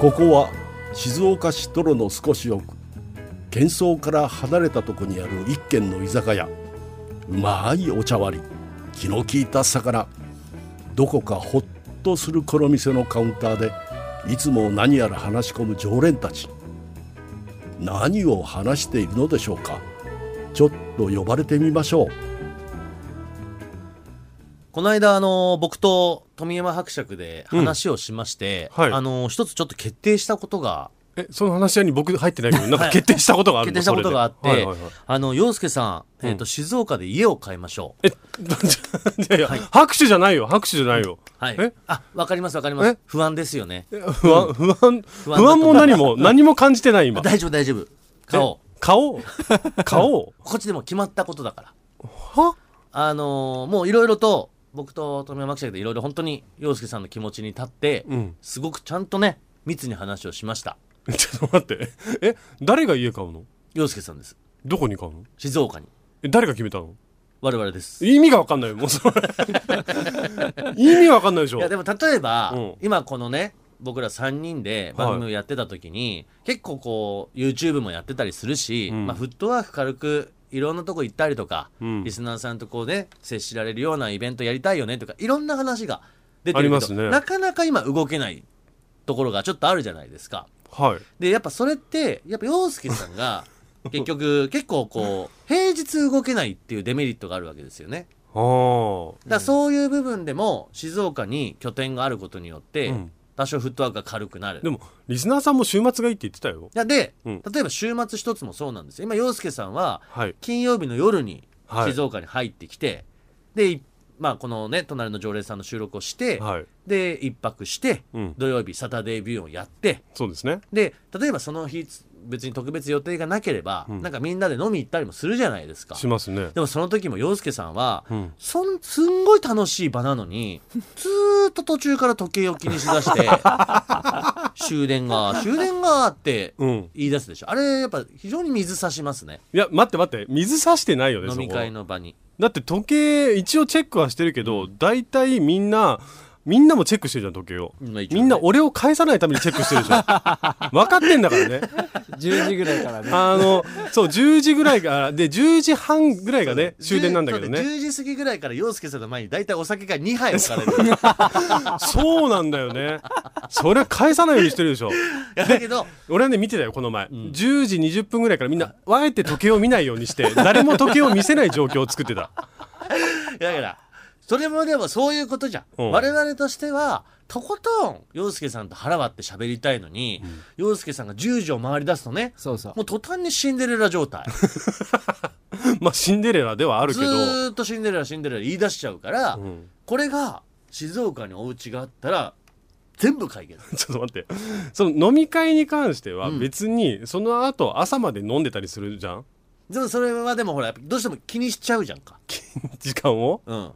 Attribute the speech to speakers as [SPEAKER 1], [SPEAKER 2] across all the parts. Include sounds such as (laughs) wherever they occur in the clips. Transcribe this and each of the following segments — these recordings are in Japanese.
[SPEAKER 1] ここは静岡市泥の少し奥喧騒から離れたとこにある一軒の居酒屋うまいお茶割り気の利いた魚どこかほっとするこの店のカウンターでいつも何やら話し込む常連たち何を話しているのでしょうかちょっと呼ばれてみましょう
[SPEAKER 2] この間、あの僕と富山伯爵で話をしまして、
[SPEAKER 3] うんはい
[SPEAKER 2] あの一つちょっと決定したことが、
[SPEAKER 3] え、その話し合いに僕入ってないけど、なんか決定したことがある
[SPEAKER 2] 決
[SPEAKER 3] の
[SPEAKER 2] 定したことがあっ
[SPEAKER 3] それで
[SPEAKER 2] て
[SPEAKER 3] はいはいはい、
[SPEAKER 2] あの、洋介さん、
[SPEAKER 3] ん
[SPEAKER 2] えっと、静岡で家を買いましょう。
[SPEAKER 3] え、いやいや、
[SPEAKER 2] はい
[SPEAKER 3] 拍手じゃないよ、拍手じゃないよ。
[SPEAKER 2] はい
[SPEAKER 3] え。
[SPEAKER 2] あ、わかりますわかります
[SPEAKER 3] え。
[SPEAKER 2] 不安ですよね。
[SPEAKER 3] 不安、不安、
[SPEAKER 2] 不
[SPEAKER 3] 不
[SPEAKER 2] 安だと
[SPEAKER 3] 安
[SPEAKER 2] 思
[SPEAKER 3] も
[SPEAKER 2] う
[SPEAKER 3] 何も、何も感じてない今。
[SPEAKER 2] 大丈夫大丈夫。買おう。 (laughs)
[SPEAKER 3] 顔顔
[SPEAKER 2] こっちでも決まったことだから。
[SPEAKER 3] は
[SPEAKER 2] あのーもういろいろと、僕と富山伯爵でいろいろ本当に洋介さんの気持ちに立って、
[SPEAKER 3] うん
[SPEAKER 2] すごくちゃんとね、密に話をしました。
[SPEAKER 3] (laughs) ちょっと待って。え、誰が家買うの
[SPEAKER 2] 洋介さんです。
[SPEAKER 3] どこに買うの
[SPEAKER 2] 静岡に。
[SPEAKER 3] え、誰が決めたの
[SPEAKER 2] 我々です。
[SPEAKER 3] 意味がわかんないよ、もう
[SPEAKER 2] (laughs)
[SPEAKER 3] それ。意味わかんないでしょ
[SPEAKER 2] いや。でも例えば、
[SPEAKER 3] うん
[SPEAKER 2] 今このね僕ら3人で番組をやってた時に、結構こう YouTube もやってたりするし、
[SPEAKER 3] ん
[SPEAKER 2] まあ、フットワーク軽くいろんなとこ行ったりとか、
[SPEAKER 3] うん
[SPEAKER 2] リスナーさんとこうね接しられるようなイベントやりたいよねとかいろんな話が出て
[SPEAKER 3] あ
[SPEAKER 2] る
[SPEAKER 3] りま
[SPEAKER 2] けど、
[SPEAKER 3] すね
[SPEAKER 2] なかなか今動けないところがちょっとあるじゃないですか。
[SPEAKER 3] はい。
[SPEAKER 2] でやっぱそれってやっぱ洋介さん
[SPEAKER 3] (laughs)
[SPEAKER 2] が結局結構こう平日動けないっていうデメリットがあるわけですよね。
[SPEAKER 3] ああ。
[SPEAKER 2] だからそういう部分でも静岡に拠点があることによって、
[SPEAKER 3] うん
[SPEAKER 2] 多少フットワークが軽くなる
[SPEAKER 3] でも、リスナーさんも週末がいいって言ってたよ。
[SPEAKER 2] いやで、
[SPEAKER 3] うん
[SPEAKER 2] 例えば週末一つもそうなんですよ今洋介さんは
[SPEAKER 3] はい。
[SPEAKER 2] 金曜日の夜に
[SPEAKER 3] はい
[SPEAKER 2] 静岡に入ってきて、でいまあこのね隣の常連さんの収録をして、
[SPEAKER 3] はい。
[SPEAKER 2] で一泊して、
[SPEAKER 3] うん
[SPEAKER 2] 土曜日サタデービューをやって
[SPEAKER 3] そうですね。
[SPEAKER 2] で例えばその日別に特別予定がなければ、
[SPEAKER 3] ん
[SPEAKER 2] なんかみんなで飲み行ったりもするじゃないですか
[SPEAKER 3] しますね。
[SPEAKER 2] でもその時も洋介さんは、
[SPEAKER 3] ん
[SPEAKER 2] そんすんごい楽しい場な
[SPEAKER 3] (laughs)
[SPEAKER 2] のにずーっと途中から時計を気にしだして終電が終電がって
[SPEAKER 3] うん。
[SPEAKER 2] 言い出すでしょあれやっぱ非常に水差しますね
[SPEAKER 3] いや、待って待って、水差してないよね、
[SPEAKER 2] 飲
[SPEAKER 3] そこ
[SPEAKER 2] み会の場に
[SPEAKER 3] だって時計、一応チェックはしてるけど、大体みんな、みんなもチェックしてるじゃん、時計を。
[SPEAKER 2] うんまあ一応ね
[SPEAKER 3] みんな俺を返さないためにチェックしてるじゃん。分かってんだからね。
[SPEAKER 4] 10時ぐらいからね
[SPEAKER 3] あの、そう、10時ぐらいから、で、10時半ぐらいがね、終電なんだけど
[SPEAKER 2] 10
[SPEAKER 3] ね。
[SPEAKER 2] そう10時過ぎぐらいから洋介さんの前に大体お酒が2杯置かれる
[SPEAKER 3] そうなんだよね。それは返さないようにしてるでしょ。
[SPEAKER 2] だけど
[SPEAKER 3] 俺はね、見てたよ、この前。10時20分ぐらいからみんな、あえて時計を見ないようにして、誰も時計を見せない状況を作ってた。
[SPEAKER 2] だからそれもでもそういうことじゃん、
[SPEAKER 3] うん
[SPEAKER 2] 我々としてはとことん洋介さんと腹割って喋りたいのに、洋介さんが10時を回り出すとね
[SPEAKER 4] そうそう
[SPEAKER 2] もう途端にシンデレラ状態
[SPEAKER 3] (laughs) まあ、シンデレラではある
[SPEAKER 2] ず
[SPEAKER 3] けど。
[SPEAKER 2] ーっとシンデレラシンデレラ言い出しちゃうから、
[SPEAKER 3] ん
[SPEAKER 2] これが静岡にお家があったら全部解決
[SPEAKER 3] ちょっと待って。その飲み会に関しては別に、その後朝まで飲んでたりするじゃん
[SPEAKER 2] でもそれはでもほらやっぱどうしても気にしちゃうじゃんか
[SPEAKER 3] 時間を。
[SPEAKER 2] うん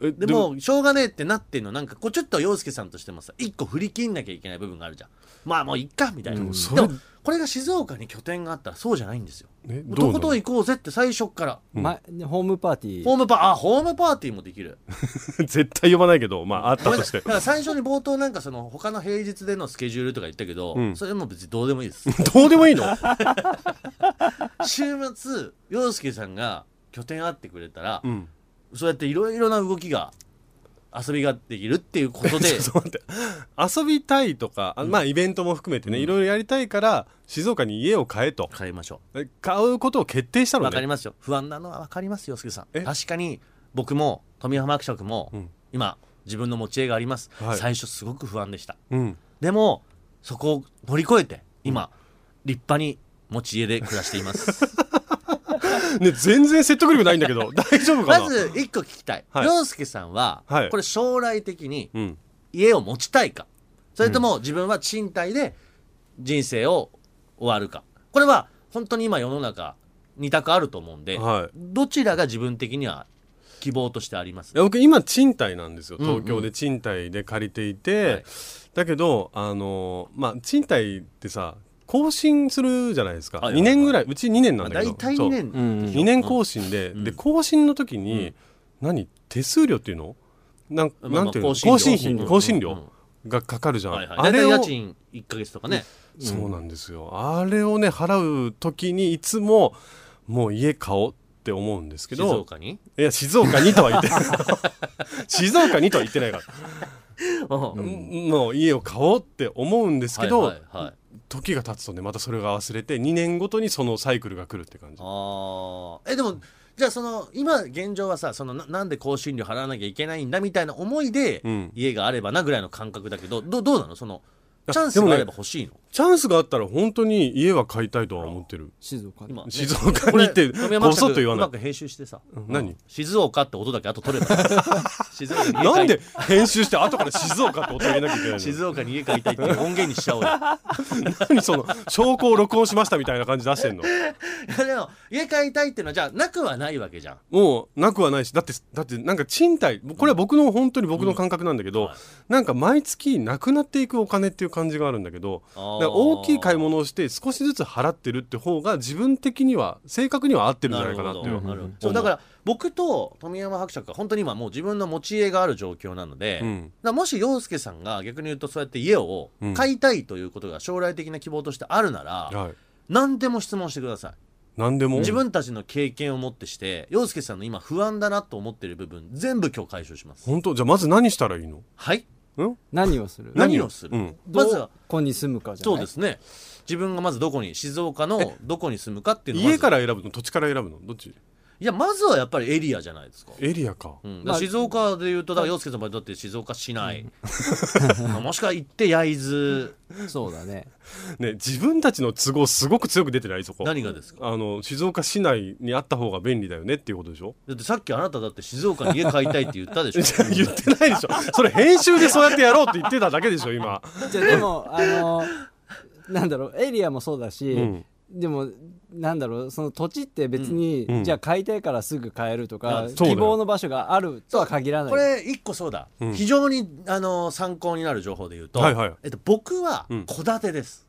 [SPEAKER 3] え
[SPEAKER 2] で、もしょうがねえってなってんのなんかこうちょっと洋介さんとしてもさ一個振り切んなきゃいけない部分があるじゃんまあもういっかみたいな、
[SPEAKER 3] もそ
[SPEAKER 2] で
[SPEAKER 3] れ
[SPEAKER 2] もこれが静岡に拠点があったらそうじゃないんですよ
[SPEAKER 3] え
[SPEAKER 2] も
[SPEAKER 3] ど
[SPEAKER 2] うと
[SPEAKER 3] うな
[SPEAKER 2] こ
[SPEAKER 3] の
[SPEAKER 2] とん行こうぜって最初っから
[SPEAKER 4] まホームパーティ
[SPEAKER 2] ホ
[SPEAKER 4] ー
[SPEAKER 2] ームパあホームパーティーもできる
[SPEAKER 3] (laughs) 絶対呼ばないけど、まあ、あっ
[SPEAKER 2] ご
[SPEAKER 3] た
[SPEAKER 2] め
[SPEAKER 3] と
[SPEAKER 2] んな
[SPEAKER 3] し
[SPEAKER 2] さい
[SPEAKER 3] て
[SPEAKER 2] だ。から最初に冒頭なんかその他の平日でのスケジュールとか言ったけど、
[SPEAKER 3] ん
[SPEAKER 2] それも別にどうでもいいです
[SPEAKER 3] どうでもいいの
[SPEAKER 2] 週末洋介さんが拠点あってくれたら、
[SPEAKER 3] ん
[SPEAKER 2] そうやっていろいろな動きが遊びができるっていうこと
[SPEAKER 3] (laughs)
[SPEAKER 2] で
[SPEAKER 3] ちょっと待って。遊びたいとか、あまあ、イベントも含めてね、いろいろやりたいから、静岡に家を買えと。
[SPEAKER 2] 変えましょう
[SPEAKER 3] え買うことを決定したの
[SPEAKER 2] わかり
[SPEAKER 3] ね。
[SPEAKER 2] ますよ不安なのはわかりますよ、すけさん
[SPEAKER 3] え
[SPEAKER 2] 確かに僕も富浜伯爵も、
[SPEAKER 3] ん
[SPEAKER 2] 今自分の持ち家があります、
[SPEAKER 3] はい
[SPEAKER 2] 最初すごく不安でした
[SPEAKER 3] うん。
[SPEAKER 2] でもそこを乗り越えて今、立派に持ち家で暮らしています
[SPEAKER 3] ね、全然説得力ないんだけど、 (laughs) 大丈夫かな
[SPEAKER 2] ま、ず一個聞きたい
[SPEAKER 3] はい
[SPEAKER 2] 洋介、さんは、
[SPEAKER 3] はい
[SPEAKER 2] これ将来的に
[SPEAKER 3] うん。
[SPEAKER 2] 家を持ちたいかそれとも自分は賃貸で人生を終わるかこれは本当に今世の中二択あると思うんで、
[SPEAKER 3] はい
[SPEAKER 2] どちらが自分的には希望としてあります
[SPEAKER 3] いや僕今賃貸なんですよ東京で賃貸で借りていて、
[SPEAKER 2] はい
[SPEAKER 3] だけどあのまあ賃貸ってさ更新するじゃないですか、
[SPEAKER 2] はいはいはい
[SPEAKER 3] 2年ぐらいうち2年なんだ
[SPEAKER 2] だ
[SPEAKER 3] けど
[SPEAKER 2] いたい2年
[SPEAKER 4] う、ん
[SPEAKER 3] 2年更新で、で更新の時に、何手数料っていうのなん
[SPEAKER 2] まあまあ
[SPEAKER 3] なんていうの
[SPEAKER 2] 更
[SPEAKER 3] 更
[SPEAKER 2] 新料
[SPEAKER 3] 新費
[SPEAKER 2] うん
[SPEAKER 3] 更新料、
[SPEAKER 2] うん
[SPEAKER 3] がかかるじゃん、
[SPEAKER 2] はいはい、
[SPEAKER 3] あ
[SPEAKER 2] 大
[SPEAKER 3] れ
[SPEAKER 2] 体
[SPEAKER 3] を
[SPEAKER 2] 家賃1か月とかね、
[SPEAKER 3] そうなんですよあれをね払う時にいつももう家買おうって思うんですけ
[SPEAKER 2] 静
[SPEAKER 3] ど
[SPEAKER 2] 岡に。
[SPEAKER 3] いや静岡にとは言って (laughs) 静岡にとは言ってないから、
[SPEAKER 2] うん
[SPEAKER 3] もう家を買おうって思うんですけど、
[SPEAKER 2] はいはいはい
[SPEAKER 3] 時が経つとねまたそれが忘れて2年ごとにそのサイクルが来るって感じ
[SPEAKER 2] ああえでもじゃあその今現状はさそのななんで更新料払わなきゃいけないんだみたいな思いで
[SPEAKER 3] うん
[SPEAKER 2] 家があればなぐらいの感覚だけどどどうなのその
[SPEAKER 3] あ
[SPEAKER 2] チャンス
[SPEAKER 3] でも
[SPEAKER 2] が
[SPEAKER 3] ね
[SPEAKER 2] あれば欲しいの、
[SPEAKER 3] チャンスがあったら本当に家は買いたいとは思ってる
[SPEAKER 4] 静岡で
[SPEAKER 2] 今ね
[SPEAKER 3] 静岡に行って
[SPEAKER 2] これ富山
[SPEAKER 3] こそっと言わな
[SPEAKER 2] う
[SPEAKER 3] い
[SPEAKER 2] まく編集してさ、
[SPEAKER 3] うん何
[SPEAKER 2] 静岡って音だけあと取
[SPEAKER 3] (laughs)
[SPEAKER 2] ればいい静岡に家買い
[SPEAKER 3] なんで編集して後から静岡って音入れなきゃいけないの
[SPEAKER 2] 静岡に家買いたいっていう音源にし
[SPEAKER 3] (laughs)
[SPEAKER 2] ちゃおうよ
[SPEAKER 3] 何その証拠を録音しましたみたいな感じ出してんの
[SPEAKER 2] いやでも家買いたいっていうのはじゃあなくはないわけじゃん
[SPEAKER 3] もうなくはないしだってだってなんか賃貸これは僕の本当に僕の感覚なんだけど、
[SPEAKER 2] うんはい
[SPEAKER 3] なんか毎月なくなっていくお金っていう感じがあるんだけど
[SPEAKER 2] あー
[SPEAKER 3] だから大きい買い物をして少しずつ払ってるって方が自分的には正確には合ってるんじゃないかなっていう
[SPEAKER 2] るほどなるほどそうだから僕と富山伯爵が本当に今もう自分の持ち家がある状況なので、
[SPEAKER 3] う
[SPEAKER 2] だか
[SPEAKER 3] ん
[SPEAKER 2] らもし洋介さんが逆に言うとそうやって家を
[SPEAKER 3] うん
[SPEAKER 2] 買いたいということが将来的な希望としてあるなら、
[SPEAKER 3] はい、
[SPEAKER 2] 何でも質問してください
[SPEAKER 3] 何でも
[SPEAKER 2] 自分たちの経験をもってして洋介さんの今不安だなと思ってる部分全部今日解消します
[SPEAKER 3] 本当じゃあまず何したらいいの
[SPEAKER 2] はい
[SPEAKER 4] 何をする
[SPEAKER 2] 何をする
[SPEAKER 3] うん
[SPEAKER 2] まずは
[SPEAKER 4] どこに住むかじゃ
[SPEAKER 2] そ
[SPEAKER 4] ないう
[SPEAKER 2] ですね自分がまずどこに静岡のどこに住むかっていうのをまず
[SPEAKER 3] 家から選ぶの土地から選ぶのどっち
[SPEAKER 2] いやまずはやっぱりエリアじゃないですか
[SPEAKER 3] エリアか、
[SPEAKER 2] うん、
[SPEAKER 4] まあ
[SPEAKER 2] 静岡でいうとだから洋介さんの場合だって静岡市内、 (laughs) まあもしくは行って焼津
[SPEAKER 4] そうだね
[SPEAKER 3] ね自分たちの都合すごく強く出てないそこ
[SPEAKER 2] 何がですか
[SPEAKER 3] あの静岡市内にあった方が便利だよねっていうことでしょ
[SPEAKER 2] だってさっきあなただって静岡に家買いたいって言ったでしょ
[SPEAKER 3] 言って (laughs) ないでしょそれ編集でそうやってやろうって言ってただけでしょ今
[SPEAKER 4] じゃあでもあのなんだろうエリアもそうだし、
[SPEAKER 3] うん
[SPEAKER 4] でもなんだろうその土地って別に、
[SPEAKER 3] うん
[SPEAKER 4] じゃあ買いたいからすぐ買えると
[SPEAKER 2] う
[SPEAKER 4] か
[SPEAKER 2] ん
[SPEAKER 3] そうだ
[SPEAKER 4] 希
[SPEAKER 3] よ
[SPEAKER 4] 望の場所があるとは限らない
[SPEAKER 2] これ一個そうだ、
[SPEAKER 3] うん
[SPEAKER 2] 非常にあの参考になる情報で言うと、
[SPEAKER 3] はいはい
[SPEAKER 2] えっと、僕は
[SPEAKER 3] うん
[SPEAKER 2] 戸建てです、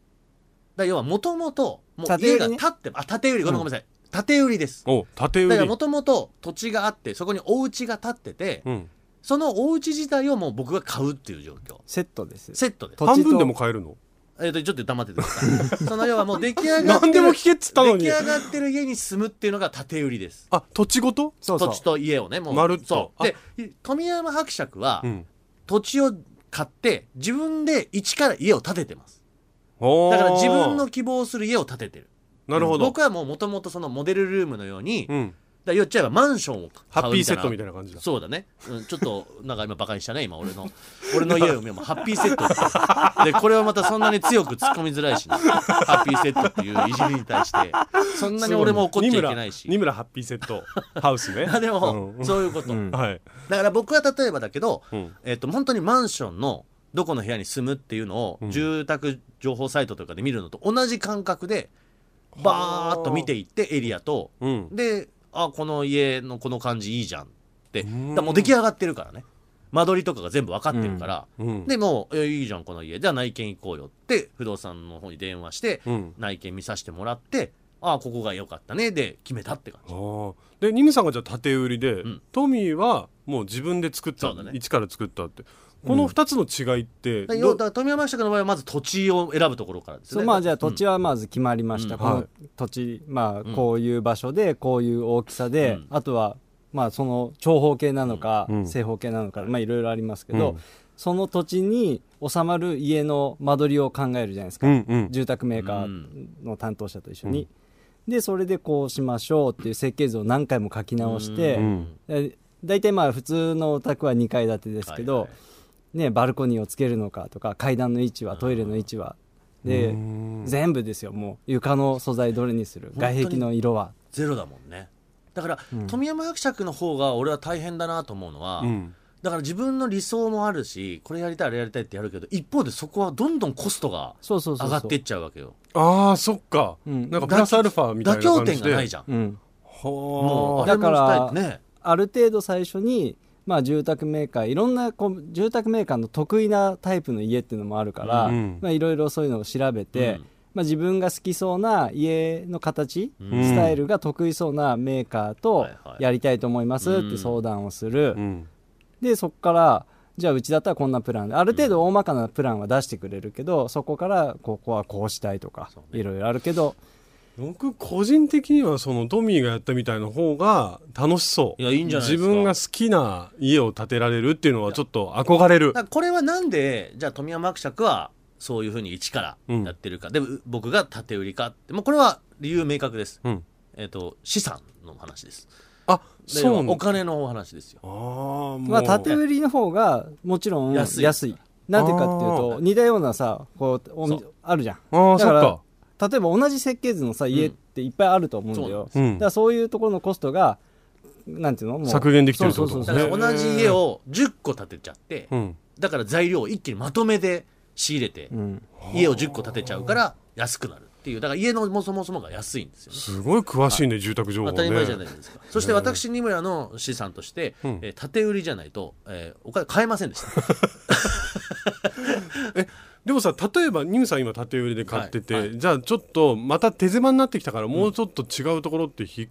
[SPEAKER 2] だから要はもともともう家
[SPEAKER 4] 建て売
[SPEAKER 2] が
[SPEAKER 4] りね
[SPEAKER 2] 建ってあ建て売りごめんなさい建て売りです
[SPEAKER 3] お縦売
[SPEAKER 2] だから
[SPEAKER 3] り
[SPEAKER 2] もともと土地があってそこにお家が建ってて、
[SPEAKER 3] うん
[SPEAKER 2] そのお家自体をもう僕が買うっていう状況
[SPEAKER 4] セットですよ
[SPEAKER 2] セットです
[SPEAKER 4] 土地と
[SPEAKER 3] 半分でも買えるの
[SPEAKER 2] えっ、と、ちょっと黙っててくださ
[SPEAKER 3] (laughs)
[SPEAKER 2] い。その要はもう出来上がって
[SPEAKER 3] 何
[SPEAKER 2] る。
[SPEAKER 3] でも聞けっつったの
[SPEAKER 2] 出
[SPEAKER 3] に
[SPEAKER 2] 来上がってる家に住むっていうのが建売りです。
[SPEAKER 3] あ土地ごと
[SPEAKER 4] そうそう
[SPEAKER 2] 土地と家をね、もう。
[SPEAKER 3] まるっと
[SPEAKER 2] そう。で、富山伯爵は、
[SPEAKER 3] うん
[SPEAKER 2] 土地を買って、自分で一から家を建ててます。
[SPEAKER 3] おー
[SPEAKER 2] だから自分の希望する家を建ててる。
[SPEAKER 3] なるほど
[SPEAKER 2] 僕はもうもともとそのモデルルームのように、
[SPEAKER 3] うん
[SPEAKER 2] だから言っちゃえばマンションを買う
[SPEAKER 3] ハッピーセットみ
[SPEAKER 2] い
[SPEAKER 3] たいな感じだ
[SPEAKER 2] な。そうだね、うん、ちょっとなんか今バカにしたね今俺の (laughs) 俺の家を見ようハッピーセットってでこれはまたそんなに強く突っ込みづらいしなハッピーセットっていういじりに対してそんなに俺も怒っちゃいけないし
[SPEAKER 3] 二村二村ハッピーセットハウスね
[SPEAKER 2] (laughs) あでも、
[SPEAKER 3] うん
[SPEAKER 2] そういうこと、
[SPEAKER 4] うん
[SPEAKER 3] はい
[SPEAKER 2] だから僕は例えばだけど、
[SPEAKER 3] うん
[SPEAKER 2] えっと本当にマンションのどこの部屋に住むっていうのを、
[SPEAKER 3] ん
[SPEAKER 2] 住宅情報サイトとかで見るのと同じ感覚でバーッと見ていってエリアと
[SPEAKER 3] うん
[SPEAKER 2] であこの家のこの感じいいじゃんってだ
[SPEAKER 3] ん
[SPEAKER 2] からもう出来上がってるからね間取りとかが全部分かってるから、
[SPEAKER 3] うん
[SPEAKER 2] でもうえいいじゃんこの家じゃあ内見行こうよって不動産の方に電話して、
[SPEAKER 3] うん
[SPEAKER 2] 内見見させてもらってあここが良かったねで決めたって感じ
[SPEAKER 3] あーでニムさんがじゃあ縦売りで、
[SPEAKER 2] ん
[SPEAKER 3] トミーはもう自分で作った、
[SPEAKER 2] そうだね
[SPEAKER 3] 一から作ったってこの2つの違いって、
[SPEAKER 2] だから
[SPEAKER 3] ど
[SPEAKER 2] 要だから富山伯爵の場合はまず土地を選ぶところからです
[SPEAKER 4] そ
[SPEAKER 2] ね
[SPEAKER 4] うまあじゃあ土地はまず決まりました、
[SPEAKER 2] うん
[SPEAKER 4] こ
[SPEAKER 3] はい
[SPEAKER 4] の土地、ま
[SPEAKER 2] ん
[SPEAKER 4] あこういう場所でこういう大きさ
[SPEAKER 2] う
[SPEAKER 4] で、
[SPEAKER 2] ん
[SPEAKER 4] あとはまあその長方形なのか、
[SPEAKER 3] うん
[SPEAKER 4] 正方形なのかまあいろいろありますけ
[SPEAKER 3] う
[SPEAKER 4] ど、
[SPEAKER 3] ん
[SPEAKER 4] その土地に収まる家の間取りを考えるじゃないですか、
[SPEAKER 3] うんうん
[SPEAKER 4] 住宅メーカーの担当者と一緒に、でそれでこうしましょうっていう設計図を何回も書き直して、
[SPEAKER 3] うん
[SPEAKER 4] え大体まあ普通のお宅は2階建てですけど、
[SPEAKER 2] はいはい
[SPEAKER 4] ね、バルコニーをつけるのかとか階段の位置はトイレの位置はで
[SPEAKER 3] うん
[SPEAKER 4] 全部ですよもう床の素材どれにする
[SPEAKER 2] 当に
[SPEAKER 4] 外壁の色は
[SPEAKER 2] ゼロだもんねだから、富山伯爵の方が俺は大変だなと思うのは、
[SPEAKER 3] うん
[SPEAKER 2] だから自分の理想もあるしこれやりたいあれやりたいってやるけど一方でそこはどんどんコストが
[SPEAKER 4] そうそうそう
[SPEAKER 2] 上が
[SPEAKER 4] そう
[SPEAKER 2] っていっちゃうわけよ
[SPEAKER 3] ああそっか、
[SPEAKER 4] うん
[SPEAKER 3] なんかプラスアルファみたい
[SPEAKER 2] 妥
[SPEAKER 3] な感
[SPEAKER 2] 協
[SPEAKER 3] じで
[SPEAKER 2] 点がないじ
[SPEAKER 3] ゃん
[SPEAKER 2] ゃん
[SPEAKER 4] うん、
[SPEAKER 2] もう
[SPEAKER 4] だから
[SPEAKER 2] あれもしたいね
[SPEAKER 4] ある程度最初に、まあ、住宅メーカーいろんなこう住宅メーカーの得意なタイプの家っていうのもあるから、
[SPEAKER 3] うん
[SPEAKER 4] まあ、いろいろそういうのを調べて、
[SPEAKER 2] うん
[SPEAKER 4] まあ、自分が好きそうな家の形、
[SPEAKER 3] ん
[SPEAKER 4] スタイルが得意そうなメーカーと
[SPEAKER 2] はいはい
[SPEAKER 4] やりたいと思いますって相談をする、
[SPEAKER 3] うん
[SPEAKER 4] でそこからじゃあうちだったらこんなプランである程度大まかなプランは出してくれるけど、そこからここはこうしたいとか、いろいろあるけど
[SPEAKER 3] 僕個人的にはそのトミーがやったみたいな方が楽しそう
[SPEAKER 2] いやいいんじゃないですか
[SPEAKER 3] 自分が好きな家を建てられるっていうのはちょっと憧れる
[SPEAKER 2] だからこれはなんでじゃあ富山伯爵はそういうふうに一からやってるか、で僕が縦売りかって、まあ、これは理由明確です、
[SPEAKER 3] うん
[SPEAKER 2] えっと資産の話です
[SPEAKER 3] あ
[SPEAKER 2] で
[SPEAKER 3] そうな
[SPEAKER 2] お
[SPEAKER 3] んだ
[SPEAKER 2] 金のお話ですよ
[SPEAKER 3] あーもう
[SPEAKER 4] まあ、縦売りの方がもちろん
[SPEAKER 2] 安
[SPEAKER 4] 安
[SPEAKER 2] い
[SPEAKER 4] いなんでかっていう
[SPEAKER 3] あ
[SPEAKER 4] と似たようなさこうお
[SPEAKER 2] そう
[SPEAKER 4] あるじゃん
[SPEAKER 3] あー
[SPEAKER 4] だ
[SPEAKER 3] そっ
[SPEAKER 4] から
[SPEAKER 3] か
[SPEAKER 4] 例えば同じ設計図のさ家っていっぱいあると思うん
[SPEAKER 3] そ
[SPEAKER 4] だよ、
[SPEAKER 3] うなんですうん
[SPEAKER 4] だからそういうところのコストがなんていうのもう
[SPEAKER 3] 削減できてるってこと
[SPEAKER 4] そうそう
[SPEAKER 2] だ
[SPEAKER 4] そう
[SPEAKER 2] か
[SPEAKER 4] そう
[SPEAKER 2] ら同じ家を10個建てちゃって、
[SPEAKER 3] うん
[SPEAKER 2] だから材料を一気にまとめで仕入れて、
[SPEAKER 4] うん、
[SPEAKER 2] 家を10個建てちゃうから安くなるっていうだから家のもそもそもが安いんですよね
[SPEAKER 3] すごい詳しいね住宅情報
[SPEAKER 2] 当
[SPEAKER 3] ね
[SPEAKER 2] たり前じゃないですか、そして私二村の資産として、
[SPEAKER 3] うん
[SPEAKER 2] えー建て売りじゃないと、えーお金買えませんでした
[SPEAKER 3] (laughs) でもさ例えばニムさん今縦売りで買ってて、
[SPEAKER 2] はいは
[SPEAKER 3] じゃあちょっとまた手狭になってきたからもうちょっと違うところって引っ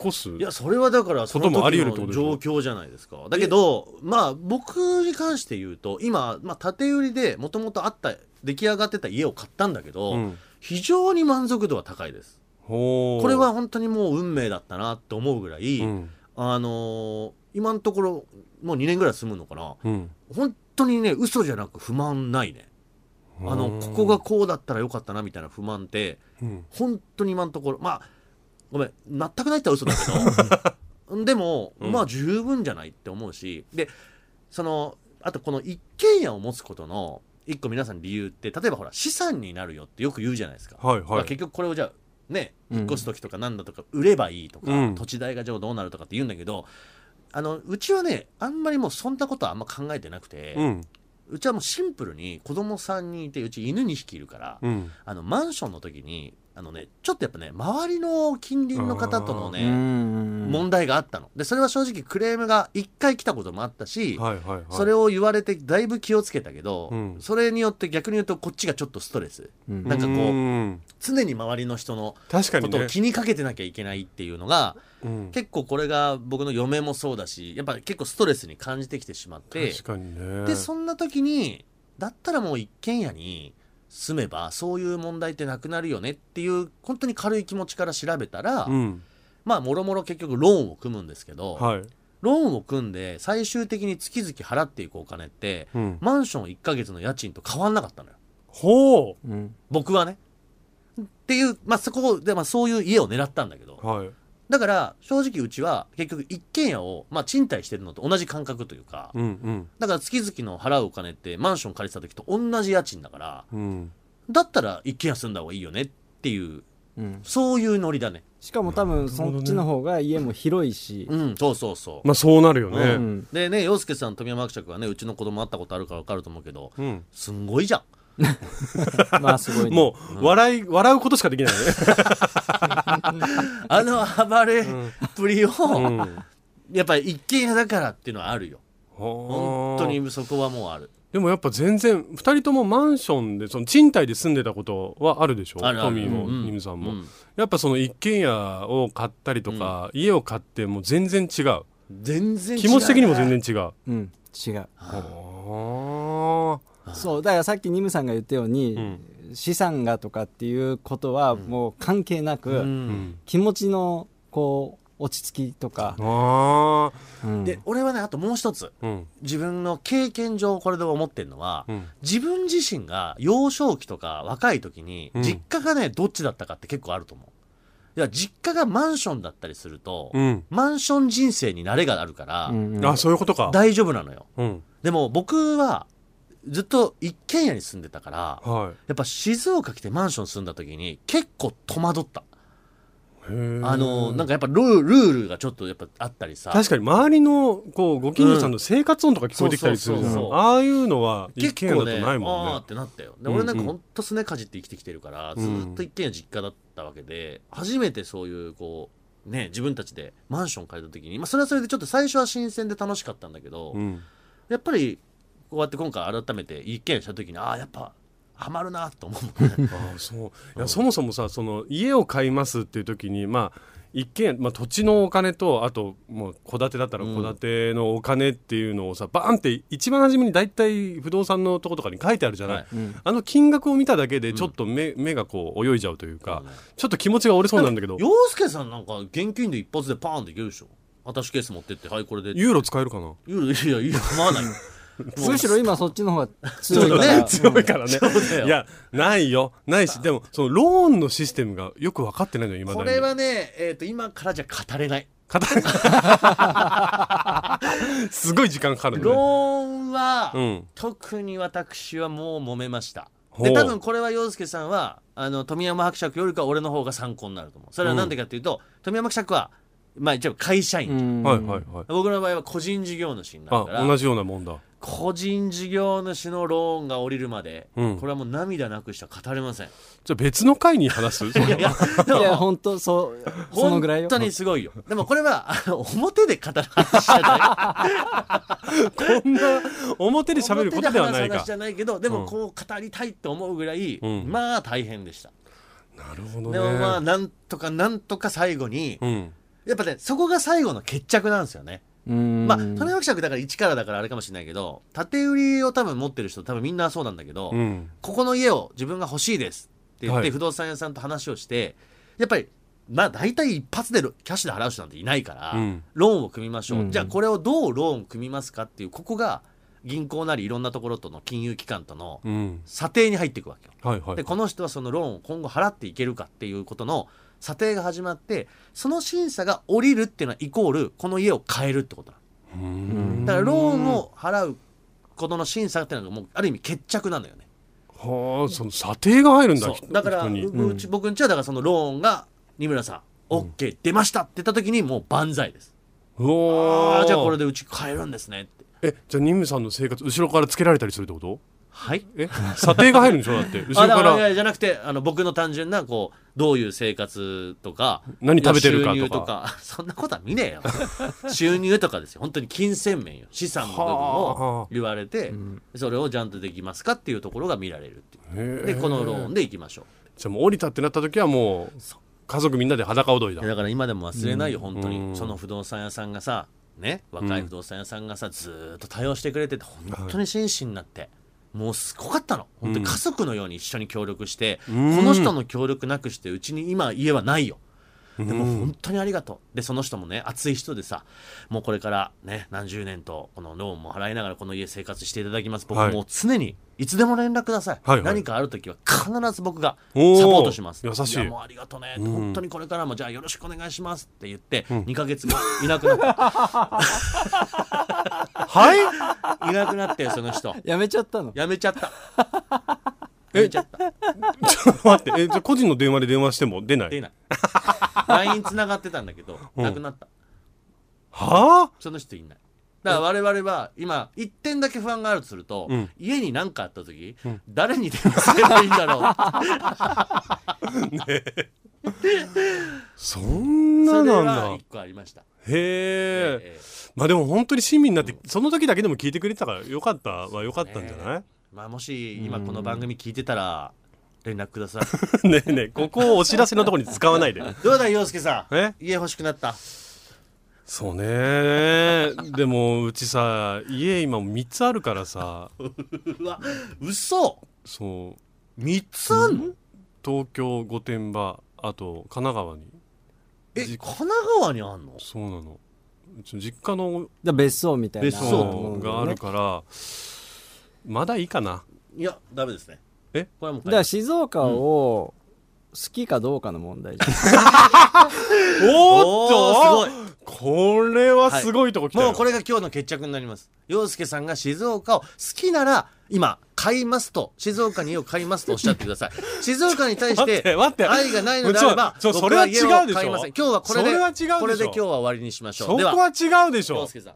[SPEAKER 3] 越す、
[SPEAKER 2] いやそれはだからその
[SPEAKER 3] こともあり得
[SPEAKER 2] 時
[SPEAKER 3] るってこ
[SPEAKER 2] の
[SPEAKER 3] とでし
[SPEAKER 2] 状
[SPEAKER 3] ょ
[SPEAKER 2] 況じゃないですかだけどまあ僕に関して言うと今、まあ、建て売りでもともとあった出来上がってた家を買ったんだけど、
[SPEAKER 3] うん
[SPEAKER 2] 非常に満足度は高いです
[SPEAKER 3] ほー
[SPEAKER 2] これは本当にもう運命だったなって思うぐらい、
[SPEAKER 3] うん
[SPEAKER 2] あのー今のところもう2年ぐらい住むのかな
[SPEAKER 3] うん
[SPEAKER 2] 本当にね嘘じゃなく不満ないねあのここがこうだったらよかったなみたいな不満って
[SPEAKER 3] うん
[SPEAKER 2] 本当に今のところまあごめん全くないって言ったら嘘だ
[SPEAKER 3] (laughs)
[SPEAKER 2] けどでも、
[SPEAKER 3] うん
[SPEAKER 2] まあ十分じゃないって思うしでそのあとこの一軒家を持つことの一個皆さん理由って例えばほら資産になるよってよく言うじゃないですか、
[SPEAKER 3] はい
[SPEAKER 2] ま
[SPEAKER 3] は
[SPEAKER 2] あ
[SPEAKER 3] い
[SPEAKER 2] 結局これをじゃあね
[SPEAKER 4] うん
[SPEAKER 2] 引っ越す時とかなんだとか売ればいいとか、
[SPEAKER 3] うん
[SPEAKER 2] 土地代がじゃあどうなるとかって言うんだけどあのうちはねあんまりもうそんなことはあんま考えてなくて、う
[SPEAKER 3] うん
[SPEAKER 2] ちはもうシンプルに子供さんにいてうち犬2匹いるから、
[SPEAKER 3] うん
[SPEAKER 2] あのマンションの時にあのねちょっとやっぱね周りの近隣の方との
[SPEAKER 4] う
[SPEAKER 2] ね
[SPEAKER 4] ん
[SPEAKER 2] 問題があったのでそれは正直クレームが1回来たこともあったし、
[SPEAKER 3] はいはいはい
[SPEAKER 2] それを言われてだいぶ気をつけたけど、
[SPEAKER 3] うん
[SPEAKER 2] それによって逆に言うとこっちがちょっとストレス
[SPEAKER 4] うん
[SPEAKER 2] なんかこうん常に周りの人の
[SPEAKER 3] 確か
[SPEAKER 2] こ
[SPEAKER 3] に
[SPEAKER 2] と
[SPEAKER 3] ね
[SPEAKER 2] を気にかけてなきゃいけないっていうのが、
[SPEAKER 3] うん
[SPEAKER 2] 結構これが僕の嫁もそうだしやっぱり結構ストレスに感じてきてしまって
[SPEAKER 3] 確かにね
[SPEAKER 2] でそんな時にだったらもう一軒家に住めばそういう問題ってなくなるよねっていう本当に軽い気持ちから調べたら、
[SPEAKER 3] うん
[SPEAKER 2] まあもろもろ結局ローンを組むんですけど、
[SPEAKER 3] はい
[SPEAKER 2] ローンを組んで最終的に月々払っていくお金って
[SPEAKER 3] うん
[SPEAKER 2] マンション1ヶ月の家賃と変わんなかったのよ
[SPEAKER 3] ほう
[SPEAKER 4] うん
[SPEAKER 2] 僕はね。っていう、まあ、そこで、まあ、そういう家を狙ったんだけど、
[SPEAKER 3] はい
[SPEAKER 2] だから正直うちは結局一軒家をまあ賃貸してるのと同じ感覚というか
[SPEAKER 3] うん
[SPEAKER 2] だから月々の払うお金ってマンション借りてた時と同じ家賃だから
[SPEAKER 3] うんうん
[SPEAKER 2] だったら一軒家住んだ方がいいよねっていう
[SPEAKER 4] うん、
[SPEAKER 2] そういうノリだね
[SPEAKER 4] しかも多分そっちの方が家も広いし、
[SPEAKER 2] うんそうそうそう、
[SPEAKER 3] まあそうなるよね
[SPEAKER 2] う
[SPEAKER 4] うん
[SPEAKER 2] でね洋介さん富山伯爵はねうちの子供会ったことあるから分かると思うけど
[SPEAKER 3] うん
[SPEAKER 2] すんごいじゃん
[SPEAKER 4] (laughs) まあすごい、ね、
[SPEAKER 3] もう笑い笑うことしかできないね
[SPEAKER 2] あの暴れっぷりを、
[SPEAKER 3] うん
[SPEAKER 2] やっぱり一軒家だからっていうのはあるよ
[SPEAKER 3] ほ
[SPEAKER 2] 本
[SPEAKER 3] う
[SPEAKER 2] 当にそこはもうある
[SPEAKER 3] でもやっぱ全然2人ともマンションでその賃貸で住んでたことはあるでしょ
[SPEAKER 2] あるある
[SPEAKER 3] トミーも
[SPEAKER 2] うん
[SPEAKER 3] ニムさん
[SPEAKER 2] う
[SPEAKER 3] も、
[SPEAKER 2] ん
[SPEAKER 3] やっぱその一軒家を買ったりとか、家を買ってもう全然違う
[SPEAKER 2] 全然違う
[SPEAKER 3] 気持ち的にも全然違う
[SPEAKER 4] うん、違う
[SPEAKER 3] あ
[SPEAKER 4] そうだからさっきニムさんが言ったように、
[SPEAKER 3] う
[SPEAKER 4] 資産がとかっていうことはもう関係なく、
[SPEAKER 2] うん
[SPEAKER 4] 気持ちのこう落ち着きとか
[SPEAKER 3] あ、ー
[SPEAKER 4] うん
[SPEAKER 2] で俺はねあともう一つ
[SPEAKER 3] うん
[SPEAKER 2] 自分の経験上これで思ってるのは、
[SPEAKER 3] うん
[SPEAKER 2] 自分自身が幼少期とか若い時に
[SPEAKER 3] うん
[SPEAKER 2] 実家がねどっちだったかって結構あると思ういや実家がマンションだったりすると、
[SPEAKER 3] うん
[SPEAKER 2] マンション人生に慣れがあるから、
[SPEAKER 4] うんうん
[SPEAKER 3] あそういうことか
[SPEAKER 2] 大丈夫なのよ
[SPEAKER 3] うん
[SPEAKER 2] でも僕はずっと一軒家に住んでたから
[SPEAKER 3] は
[SPEAKER 2] やっぱ静岡来てマンション住んだ時に結構戸惑った
[SPEAKER 3] いへー
[SPEAKER 2] あのなんかやっぱルールールがちょっとやっぱあったりさ
[SPEAKER 3] 確かに周りのこうご近所さんの生活音とか聞こえてきたりするじゃん、
[SPEAKER 2] うんそうそうそうそう
[SPEAKER 3] ああいうのは一
[SPEAKER 2] 結
[SPEAKER 3] 軒家だ
[SPEAKER 2] 構
[SPEAKER 3] と
[SPEAKER 2] ね、
[SPEAKER 3] ないもん
[SPEAKER 2] あー
[SPEAKER 3] ね
[SPEAKER 2] ってなったよ。で、
[SPEAKER 3] うん
[SPEAKER 2] 俺なんかほんとすねかじって生きてきてるから、
[SPEAKER 3] う
[SPEAKER 2] ず
[SPEAKER 3] ん
[SPEAKER 2] ーっと一軒家実家だったわけで、初めてそういう、こう、ね、自分たちでマンション借りた時に、まあそれはそれでちょっと最初は新鮮で楽しかったんだけど、
[SPEAKER 3] うん
[SPEAKER 2] やっぱり、こうやって今回改めて一軒家にした時に、ああ、やっぱ、ハマるなと思う。
[SPEAKER 3] ああそういやそもそもさその家を買いますっていう時にまあ一軒家、まあ、土地のお金とあともう戸建てだったら
[SPEAKER 2] うん
[SPEAKER 3] 戸建てのお金っていうのをさ、バーンって一番初めに大体不動産のとことかに書いてあるじゃない、
[SPEAKER 2] はい
[SPEAKER 4] うん
[SPEAKER 3] あの金額を見ただけでちょっと目,、目がこう泳いじゃうというか、ちょっと気持ちが折れそうなんだけど
[SPEAKER 2] 洋介さんなんか現金で一発でパーンでいけるでしょアタッシュケース持ってってはいこれで
[SPEAKER 3] ユーロ使えるかな
[SPEAKER 2] ユーロいやいや構わないよ
[SPEAKER 4] むしろ今そっちの方が強いから、
[SPEAKER 3] 強い
[SPEAKER 2] (laughs)
[SPEAKER 3] からね
[SPEAKER 2] だよ
[SPEAKER 3] いやないよないしでもそのローンのシステムがよく分かってないのよ今だ
[SPEAKER 2] こ
[SPEAKER 3] に
[SPEAKER 2] れはね、えー、と今からじゃ語れない
[SPEAKER 3] 語れ
[SPEAKER 2] (laughs)
[SPEAKER 3] すごい時間かかる
[SPEAKER 2] ロ
[SPEAKER 3] のね
[SPEAKER 2] ーンは、
[SPEAKER 3] うん
[SPEAKER 2] 特に私はもう揉めました
[SPEAKER 3] ほう
[SPEAKER 2] で多分これは洋介さんはあの富山伯爵よりか俺の方が参考になると思うそれはなんでかっていうと、富山伯爵はまあ一応会社員、
[SPEAKER 4] うん
[SPEAKER 3] はいはいはい
[SPEAKER 2] 僕の場合は個人事業主になるから
[SPEAKER 3] あ同じようなもんだ
[SPEAKER 2] 個人事業主のローンが降りるまで、
[SPEAKER 3] うん
[SPEAKER 2] これはもう涙なくしては語れま
[SPEAKER 3] (laughs)
[SPEAKER 2] せん
[SPEAKER 3] じゃあ別の回に話
[SPEAKER 2] (laughs)
[SPEAKER 3] すそれ
[SPEAKER 2] いやいやで
[SPEAKER 4] いや
[SPEAKER 2] も
[SPEAKER 4] 本当そうその
[SPEAKER 2] 本
[SPEAKER 4] ぐらいよ
[SPEAKER 2] 当にすごいよでもこれはあの表で語る話じゃない
[SPEAKER 3] こんな表で喋ることではない
[SPEAKER 2] 表
[SPEAKER 3] か
[SPEAKER 2] で話す話じゃないけどで
[SPEAKER 3] うん
[SPEAKER 2] もこう語りたいと思うぐらい、
[SPEAKER 3] うん
[SPEAKER 2] まあ大変でした、
[SPEAKER 3] なるほど
[SPEAKER 2] でもまあ
[SPEAKER 3] ね
[SPEAKER 2] なんとかなんとか最後に、
[SPEAKER 3] うん
[SPEAKER 2] やっぱねそこが最後の決着なんですよね、
[SPEAKER 4] うん
[SPEAKER 2] まあ富山伯爵だから一からだからあれかもしれないけど縦売りを多分持ってる人多分みんなそうなんだけど、
[SPEAKER 3] うん
[SPEAKER 2] ここの家を自分が欲しいですって言っ
[SPEAKER 3] はい
[SPEAKER 2] て不動産屋さんと話をしてやっぱりまあ大体一発でキャッシュで払う人なんていないから、
[SPEAKER 3] うん
[SPEAKER 2] ローンを組みましょう、
[SPEAKER 4] うん
[SPEAKER 2] じゃあこれをどうローン組みますかっていうここが銀行なりいろんなところとの金融機関との
[SPEAKER 3] うん
[SPEAKER 2] 査定に入っていくわけよ
[SPEAKER 3] はいはい
[SPEAKER 2] でこの人はそのローンを今後払っていけるかっていうことの査定が始まってその審査が降りるっていうのはイコールこの家を買えるってことなの
[SPEAKER 3] うん
[SPEAKER 2] だからローンを払うことの審査っていうのがもうある意味決着なんだよね
[SPEAKER 3] はあその査定が入るんだ
[SPEAKER 2] そうだから
[SPEAKER 3] 人に
[SPEAKER 2] ううち僕んちはだからそのローンが二村さん OK 出ましたって言った時にもう万歳です
[SPEAKER 3] うお
[SPEAKER 2] あ
[SPEAKER 3] ー
[SPEAKER 2] あじゃあこれでうち買えるんですねって
[SPEAKER 3] えじゃあ任務さんの生活後ろからつけられたりするってこと
[SPEAKER 2] はい
[SPEAKER 3] え査定が入るんでしょだって後ろ
[SPEAKER 2] (laughs) あだ
[SPEAKER 3] か
[SPEAKER 2] からい
[SPEAKER 3] ら
[SPEAKER 2] やじゃなくてあの僕の単純なこうどういう生活とか
[SPEAKER 3] 何食べてるかとか
[SPEAKER 2] 収入とか (laughs) そんなことは
[SPEAKER 3] (laughs)
[SPEAKER 2] 見ねえよ収入とかですよ本当に金銭面よ資産の部
[SPEAKER 3] は
[SPEAKER 2] 分
[SPEAKER 3] あ
[SPEAKER 2] を言われてそれをちゃんとできますかっていうところが見られるっていうでこのローンでいきましょ
[SPEAKER 3] じゃあもう降りたってなった時はもう家族みんなで裸踊りだ
[SPEAKER 2] うだから今でも忘れないよ本当
[SPEAKER 3] う
[SPEAKER 2] に
[SPEAKER 3] ん
[SPEAKER 2] その不動産屋さんがさね若い不動産屋さんがさずーっと対応してくれてて本当に真摯になって。もうすごかったの本当に家族のように一緒に協力して、この人の協力なくしてうちに今家はないよ、でも本当にありがとう。で、その人もね、熱い人でさ、もうこれからね、何十年と、このローンも払いながらこの家生活していただきます。僕
[SPEAKER 3] はい
[SPEAKER 2] もう常に、いつでも連絡ください。
[SPEAKER 3] はいはい
[SPEAKER 2] 何かあるときは必ず僕がサポ
[SPEAKER 3] おー
[SPEAKER 2] ートします。
[SPEAKER 3] 優しい
[SPEAKER 2] やもうありがとうね。本当にこれからもじゃあよろしくお願いしますって言って、2ヶ月後、いなくなった。
[SPEAKER 3] (laughs) はい
[SPEAKER 2] いなくなって、その人。
[SPEAKER 4] やめちゃったの
[SPEAKER 2] やめちゃった。やめちゃった。
[SPEAKER 3] ちょっと (laughs) 待ってえじゃあ個人の電話で電話しても出ない (laughs)
[SPEAKER 2] 出ない。LINE 繋がってたんだけど、なくなった。
[SPEAKER 3] はあ
[SPEAKER 2] その人いない。だから我々は今一点だけ不安があるとすると、
[SPEAKER 3] ん
[SPEAKER 2] 家に何かあった時、誰に電話すればいいんだろ
[SPEAKER 3] (laughs)
[SPEAKER 2] う
[SPEAKER 3] そんな
[SPEAKER 2] それ
[SPEAKER 3] なん
[SPEAKER 2] は
[SPEAKER 3] だ
[SPEAKER 2] 一個ありました、
[SPEAKER 3] へえ
[SPEAKER 2] ええ
[SPEAKER 3] まあでも本当に親身になってその時だけでも聞いてくれてたからよかったはよかったんじゃない
[SPEAKER 2] まあ、もし今この番組聞いてたら連絡くださ
[SPEAKER 3] (laughs)
[SPEAKER 2] い
[SPEAKER 3] ねえねえここをお知らせのところに使わないで
[SPEAKER 2] どうだい陽介さん
[SPEAKER 3] え
[SPEAKER 2] 家欲しくなった
[SPEAKER 3] (laughs) そうねでもうちさ家今3つあるからさ
[SPEAKER 2] うわ嘘
[SPEAKER 3] そう
[SPEAKER 2] 三つあんの、
[SPEAKER 3] 東京御殿場あと神奈川に
[SPEAKER 2] え
[SPEAKER 3] じ
[SPEAKER 2] 神奈川にあんの
[SPEAKER 3] そうなのうちの実家の
[SPEAKER 4] だ別荘みたいな
[SPEAKER 2] 別荘
[SPEAKER 4] も
[SPEAKER 3] そう
[SPEAKER 4] のだ
[SPEAKER 3] が
[SPEAKER 4] よ
[SPEAKER 3] あ
[SPEAKER 4] ね
[SPEAKER 3] るからまだいいかない
[SPEAKER 2] やダメですね
[SPEAKER 3] え
[SPEAKER 2] これはもう
[SPEAKER 4] だから静岡を好きかどうかの問題じゃん
[SPEAKER 3] お
[SPEAKER 2] おーすごい
[SPEAKER 3] これはすごいとこ来たよ、
[SPEAKER 2] もうこれが今日の決着になります洋介さんが静岡を好きなら今買いますと静岡に家を買いますとおっしゃってくださ
[SPEAKER 3] (laughs)
[SPEAKER 2] い静岡に対し
[SPEAKER 3] 待って
[SPEAKER 2] て
[SPEAKER 3] 待って
[SPEAKER 2] 愛がないのであれば
[SPEAKER 3] ちょちょ
[SPEAKER 2] 僕は家
[SPEAKER 3] それは違うでしょ
[SPEAKER 2] を買いません今日はこれで
[SPEAKER 3] それは違うでしょ
[SPEAKER 2] これで今日は終わりにしましょ
[SPEAKER 3] そう
[SPEAKER 2] で
[SPEAKER 3] こ
[SPEAKER 2] は
[SPEAKER 3] は違うでし
[SPEAKER 2] 洋
[SPEAKER 3] ょ
[SPEAKER 2] 介さん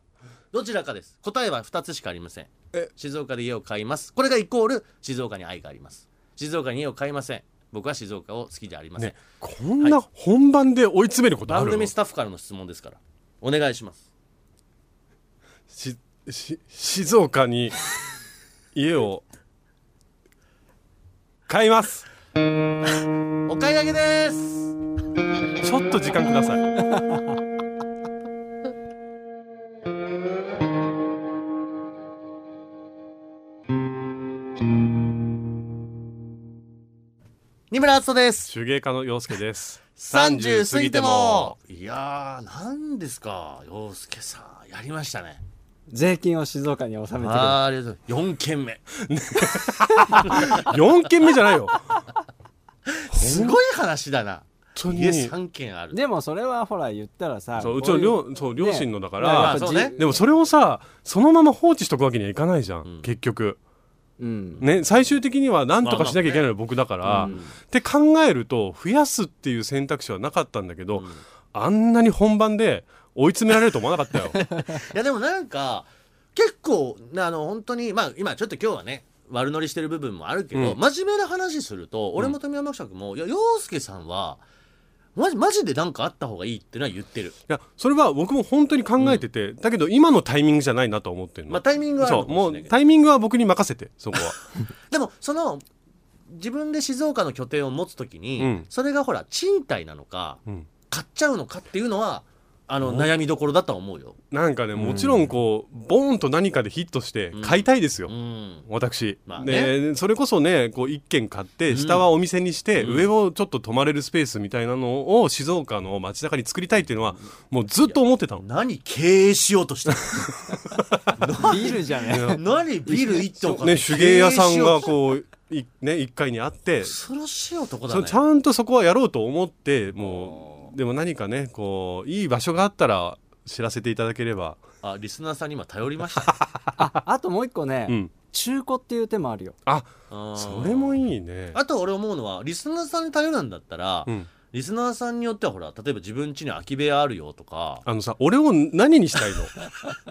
[SPEAKER 2] どちらかです答えは2つしかありません
[SPEAKER 3] え
[SPEAKER 2] 静岡で家を買いますこれがイコール静岡に愛があります静岡に家を買いません僕は静岡を好きでありません、
[SPEAKER 3] ねこんな本番で追い詰めることあ
[SPEAKER 2] 番
[SPEAKER 3] る、
[SPEAKER 2] 組スタッフからの質問ですからお願いします
[SPEAKER 3] しし静
[SPEAKER 2] (laughs)
[SPEAKER 3] 岡に家を買います
[SPEAKER 2] お買い上げです
[SPEAKER 3] ちょっと時間ください
[SPEAKER 2] 二村敦人です
[SPEAKER 3] 手芸家の陽介です
[SPEAKER 2] 30過ぎてもいやー何ですか洋介さんやりましたね
[SPEAKER 4] 税金を静岡に納めてくれ
[SPEAKER 2] あーありがとうございます4件目
[SPEAKER 3] 4件目じゃないよ
[SPEAKER 2] すごい話だな
[SPEAKER 3] 本当に
[SPEAKER 2] 家3件ある
[SPEAKER 4] でもそれはほら言ったらさ
[SPEAKER 3] そううち
[SPEAKER 4] こ
[SPEAKER 3] の
[SPEAKER 4] い
[SPEAKER 3] 両そう両親のだか
[SPEAKER 4] ね
[SPEAKER 2] ま
[SPEAKER 3] ら、
[SPEAKER 2] あ
[SPEAKER 4] やっぱ
[SPEAKER 2] そう
[SPEAKER 4] じ
[SPEAKER 2] ね
[SPEAKER 3] でもそれをさそのまま放置しとくわけにはいかないじゃん、結局
[SPEAKER 4] うん
[SPEAKER 3] ね最終的には何とかしなきゃいけないのは僕だから、って考えると増やすっていう選択肢はなかったんだけど、あんなに本番で追い詰められると思わなかったよ
[SPEAKER 2] (laughs) いやでもなんか結構あの本当にまあ今ちょっと今日はね悪乗りしてる部分もあるけど、
[SPEAKER 3] うん
[SPEAKER 2] 真面目な話すると俺も富山伯爵も、いや洋介さんはマジマジでなんかあった方がいいってのは言ってる、
[SPEAKER 3] いやそれは僕も本当に考えてて、だけど今のタイミングじゃないなと思ってるの、
[SPEAKER 2] まあ、タイミングはあ
[SPEAKER 3] そ
[SPEAKER 2] るの
[SPEAKER 3] う
[SPEAKER 2] かも
[SPEAKER 3] も
[SPEAKER 2] し
[SPEAKER 3] う
[SPEAKER 2] れないけど
[SPEAKER 3] タイミングは僕に任せてそこ
[SPEAKER 2] (laughs)
[SPEAKER 3] は
[SPEAKER 2] でもその自分で静岡の拠点を持つときに、
[SPEAKER 3] うん
[SPEAKER 2] それがほら賃貸なのか、
[SPEAKER 3] ん
[SPEAKER 2] 買っちゃうのかっていうのはあの悩みどころだとは思うよ、
[SPEAKER 3] なんかねもちろんこうボーンと何かでヒットして買いたいですよ、
[SPEAKER 2] うん、
[SPEAKER 3] 私、
[SPEAKER 2] まあね
[SPEAKER 3] でそれこそねこう一軒買って下はお店にして、上をちょっと泊まれるスペースみたいなのを静岡の街中に作りたいっていうのはもうずっと思ってたの
[SPEAKER 2] 何経営しようとしてる
[SPEAKER 4] ビールじゃね
[SPEAKER 2] (laughs) 何ビル一棟買って
[SPEAKER 3] ね手芸屋さんが
[SPEAKER 2] 経営しようとして
[SPEAKER 3] こうい、ね、1階にあって
[SPEAKER 2] 恐ろしい男だ
[SPEAKER 3] そ
[SPEAKER 2] ね
[SPEAKER 3] うちゃんとそこはやろうと思ってもうでも何かねこういい場所があったら知らせていただければ、
[SPEAKER 2] あリスナーさんに今頼りましたね
[SPEAKER 4] ああともう一個ね、
[SPEAKER 3] うん、
[SPEAKER 4] 中古っていう手もあるよ
[SPEAKER 3] あ
[SPEAKER 2] あー
[SPEAKER 3] (laughs) それもいいね
[SPEAKER 2] あと俺思うのはリスナーさんに頼るんだったら、
[SPEAKER 3] うん
[SPEAKER 2] リスナーさんによってはほら例えば自分家に空き部屋あるよとか
[SPEAKER 3] あのさ俺を何にしたい
[SPEAKER 2] (laughs)
[SPEAKER 3] の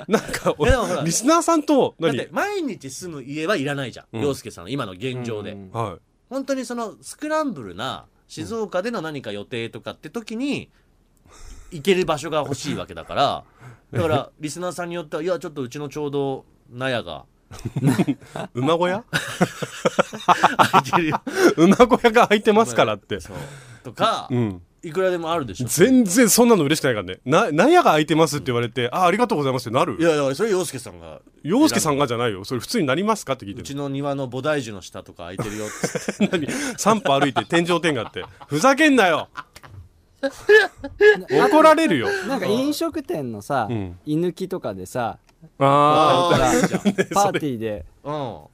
[SPEAKER 3] なんか俺
[SPEAKER 2] いやでもほら
[SPEAKER 3] リスナーさんと
[SPEAKER 2] だっ
[SPEAKER 3] 何
[SPEAKER 2] て毎日住む家はいらないじゃん、
[SPEAKER 3] うん
[SPEAKER 2] 洋介さんの今の現状で、
[SPEAKER 4] うん
[SPEAKER 3] はい
[SPEAKER 2] 本当にそのスクランブルな静岡での何か予定とかって時に行ける場所が欲しいわけだからだからリスナーさんによってはいやちょっとうちのちょうど納屋が
[SPEAKER 3] 馬小屋
[SPEAKER 2] 空いてるよ
[SPEAKER 3] (laughs) 馬小屋が空いてますからって。
[SPEAKER 2] そうとか、
[SPEAKER 3] うん。
[SPEAKER 2] いくらでもあるでしょ
[SPEAKER 3] 全然そんなの嬉しくないからね。な、納屋が空いてますって言われて、あ、ありがとうございますってないる。
[SPEAKER 2] やいやそれ洋介さんが
[SPEAKER 3] 洋介さんがじゃないよ。それ普通になりますかって聞いうて
[SPEAKER 2] ち
[SPEAKER 3] る。
[SPEAKER 2] の庭の菩提樹の下とか空いてるよっつ
[SPEAKER 3] (laughs)
[SPEAKER 2] って
[SPEAKER 3] 何 ?3 歩歩いて天井天があって。ふざけんな
[SPEAKER 2] (laughs)
[SPEAKER 3] よ怒られるよ。
[SPEAKER 4] なんか飲食店のさ、
[SPEAKER 3] うん
[SPEAKER 4] 居抜きとかでさ
[SPEAKER 3] あ
[SPEAKER 2] ああいいじゃん
[SPEAKER 4] パーティーで
[SPEAKER 2] うん
[SPEAKER 3] ー、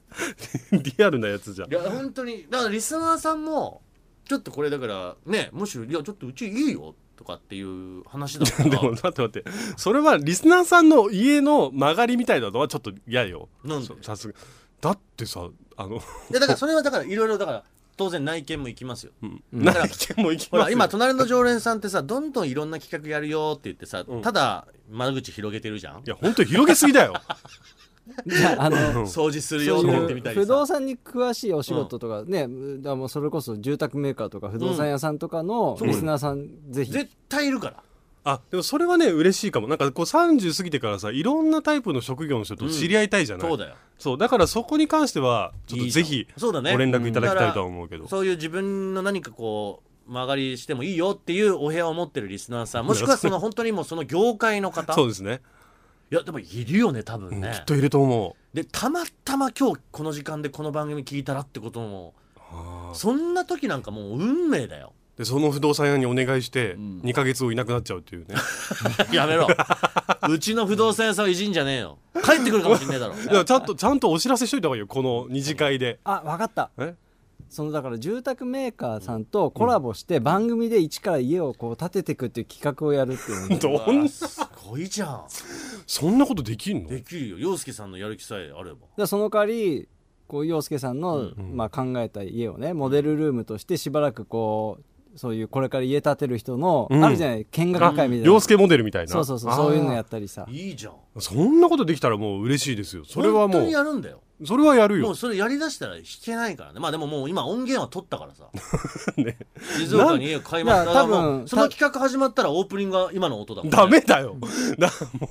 [SPEAKER 3] (laughs) リアルなやつじゃん
[SPEAKER 2] い。や本当にだからリスナーさんもちょっとこれだからねもしいやちょっとうちいいよとかっていう話だか
[SPEAKER 3] (laughs)
[SPEAKER 2] ら
[SPEAKER 3] でも待って待って。それはリスナーさんの家の曲がりみたいなのはちょっと嫌よ。
[SPEAKER 2] なんで
[SPEAKER 3] そさすが。だってさ、あの、
[SPEAKER 2] いやだからそれはだからいろいろだから当然内見も行きますよ。
[SPEAKER 3] 何件も行き
[SPEAKER 2] ほ
[SPEAKER 3] ま
[SPEAKER 2] ら
[SPEAKER 3] すよ
[SPEAKER 2] 今隣の常連さんってさどんどんいろんな企画やるよって言ってさ、
[SPEAKER 3] うん
[SPEAKER 2] ただ窓口広げてるじゃん
[SPEAKER 3] いや、本当に広げすぎだよ。
[SPEAKER 4] じゃああの
[SPEAKER 2] 掃除するよ
[SPEAKER 4] そ
[SPEAKER 2] っ
[SPEAKER 4] う
[SPEAKER 2] て言って
[SPEAKER 4] い
[SPEAKER 2] み
[SPEAKER 4] う
[SPEAKER 2] たり
[SPEAKER 4] 不
[SPEAKER 2] さ
[SPEAKER 4] 動産に詳しいお仕事とかね、だからもうそれこそ住宅メーカーとか不動産屋さんとかの
[SPEAKER 2] ん
[SPEAKER 4] リスナーさん、ぜひ
[SPEAKER 2] 絶対いるから
[SPEAKER 3] あでもそれはね嬉しいかもなんかこう30過ぎてからさいろんなタイプの職業の人と知り合いたいじゃない、
[SPEAKER 2] そうだよ
[SPEAKER 3] そうだからそこに関してはちょっ
[SPEAKER 2] い
[SPEAKER 3] と
[SPEAKER 2] いじゃ
[SPEAKER 3] ぜ
[SPEAKER 2] ん
[SPEAKER 3] ひ
[SPEAKER 2] そうだね
[SPEAKER 3] ご連絡いただきたいとは思うけど、
[SPEAKER 2] そういう自分の何かこう曲がりしてもいいよっていうお部屋を持ってるリスナーさんもしくはその本当にもうその業界の方
[SPEAKER 3] そうですね
[SPEAKER 2] いやでもいるよね多分
[SPEAKER 3] うん
[SPEAKER 2] ね
[SPEAKER 3] きっといると思
[SPEAKER 2] でたまたま今日この時間でこの番組聞いたらってこともそんな時なんかもう運命だよ
[SPEAKER 3] うでその不動産屋にお願いして2ヶ月後いなくなっちゃうっていうね、
[SPEAKER 2] (laughs) やめろ。うちの不動産屋さんをいじんじゃねえよ。帰ってくるかもしんねえだろ。
[SPEAKER 3] だからちゃんとちゃんとお知らせしといた方がいいよこの二次会で
[SPEAKER 4] あ分かった
[SPEAKER 3] え
[SPEAKER 4] そのだから住宅メーカーさんとコラボして番組で一から家をこう建てていくっていう企画をやるっていうのね
[SPEAKER 3] (laughs) どん
[SPEAKER 2] すごいじゃん。
[SPEAKER 3] そんなことできんの
[SPEAKER 2] できるよ。洋介さんのやる気さえあれば。
[SPEAKER 4] でその代わりこう洋介さんの、まあ、考えた家をねモデルルームとしてしばらくこうそういうこれから家建てる人の、
[SPEAKER 3] うん
[SPEAKER 4] あるじゃない見学会みたいな
[SPEAKER 3] 洋介モデルみたいな
[SPEAKER 4] そうそうそう
[SPEAKER 3] あー
[SPEAKER 4] そういうのやったりさ
[SPEAKER 2] いいじゃん。
[SPEAKER 3] そんなことできたらもう嬉しいですよそれは
[SPEAKER 2] 本
[SPEAKER 3] も
[SPEAKER 2] 当にや
[SPEAKER 3] う
[SPEAKER 2] るんだよ。
[SPEAKER 3] それはやる
[SPEAKER 2] も
[SPEAKER 3] よ
[SPEAKER 2] うそれやりだしたら弾けないからね。まあでももう今音源は取ったからさ。
[SPEAKER 3] (laughs) ね
[SPEAKER 2] 静岡に家を買いました。
[SPEAKER 4] な
[SPEAKER 2] だ
[SPEAKER 4] ん
[SPEAKER 2] か
[SPEAKER 4] いや
[SPEAKER 2] らも
[SPEAKER 4] 多
[SPEAKER 2] う
[SPEAKER 4] 分
[SPEAKER 2] その企画始まったらオープニングが今の音だもんね
[SPEAKER 3] ダメだよな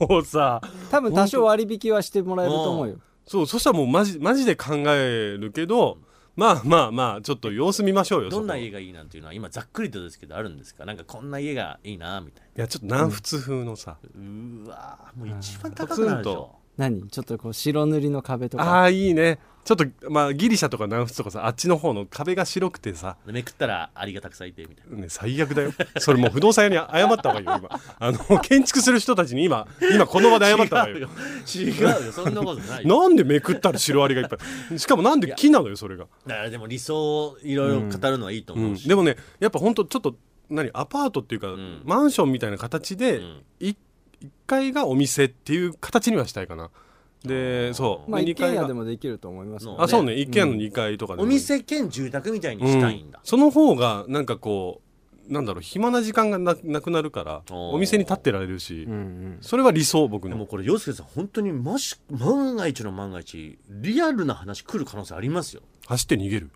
[SPEAKER 3] もうさ
[SPEAKER 4] 多分多少割引はしてもらえると思うよ
[SPEAKER 3] そうそしたらもうマジマジで考えるけど、まあまあまあちょっと様子見ましょうよ
[SPEAKER 2] どんな
[SPEAKER 3] そこ
[SPEAKER 2] 家がいいなんていうのは今ざっくりとですけどあるんですかなんかこんな家がいいなみたい
[SPEAKER 3] いやちょっと南仏風のさ、
[SPEAKER 2] なうーわーもう一番高くなるでしょ
[SPEAKER 4] 何ちょっとこう白塗りの壁と
[SPEAKER 3] あ
[SPEAKER 4] か
[SPEAKER 3] あいいねちょっとまあギリシャとか南仏とかさあっちの方の壁が白くてさ
[SPEAKER 2] でめくったらアリがたくさんいてみたいな
[SPEAKER 3] ね、最悪だよそれもう不動産屋に謝った方がいいよ今あの建築する人たちに今今この場で謝った方が
[SPEAKER 2] (laughs)
[SPEAKER 3] いいよ
[SPEAKER 2] 違うよ違うよそんなこと (laughs) ないよ
[SPEAKER 3] なんでめくったらシロアリがいっぱいしかもなんで木なのよそれが、
[SPEAKER 2] だからでも理想をいろいろ語るのはいいと
[SPEAKER 3] う
[SPEAKER 2] 思
[SPEAKER 3] ん、
[SPEAKER 2] うし、
[SPEAKER 3] でもねやっぱほんとちょっと何アパートっていうか、
[SPEAKER 2] ん
[SPEAKER 3] マンションみたいな形で、
[SPEAKER 2] ん
[SPEAKER 3] い一階がお店っていう形にはしたいかなでそう、
[SPEAKER 4] まあ
[SPEAKER 3] 二
[SPEAKER 4] 一軒
[SPEAKER 3] 階が
[SPEAKER 4] 家でもできると思いますけど
[SPEAKER 3] あそうね一軒家の2階とかでも
[SPEAKER 2] お店兼住宅みたいに
[SPEAKER 3] うん
[SPEAKER 2] したいんだ、
[SPEAKER 3] その方がなんかこうなんだろう暇な時間がななくなるから
[SPEAKER 2] おー
[SPEAKER 3] お店に立ってられるし、
[SPEAKER 4] うんうん
[SPEAKER 3] それは理想僕
[SPEAKER 2] で
[SPEAKER 3] の
[SPEAKER 2] もこれ洋介さん本当にもし万が一の万が一リアルな話来る可能性あり (laughs) ますよ
[SPEAKER 3] 走って逃げる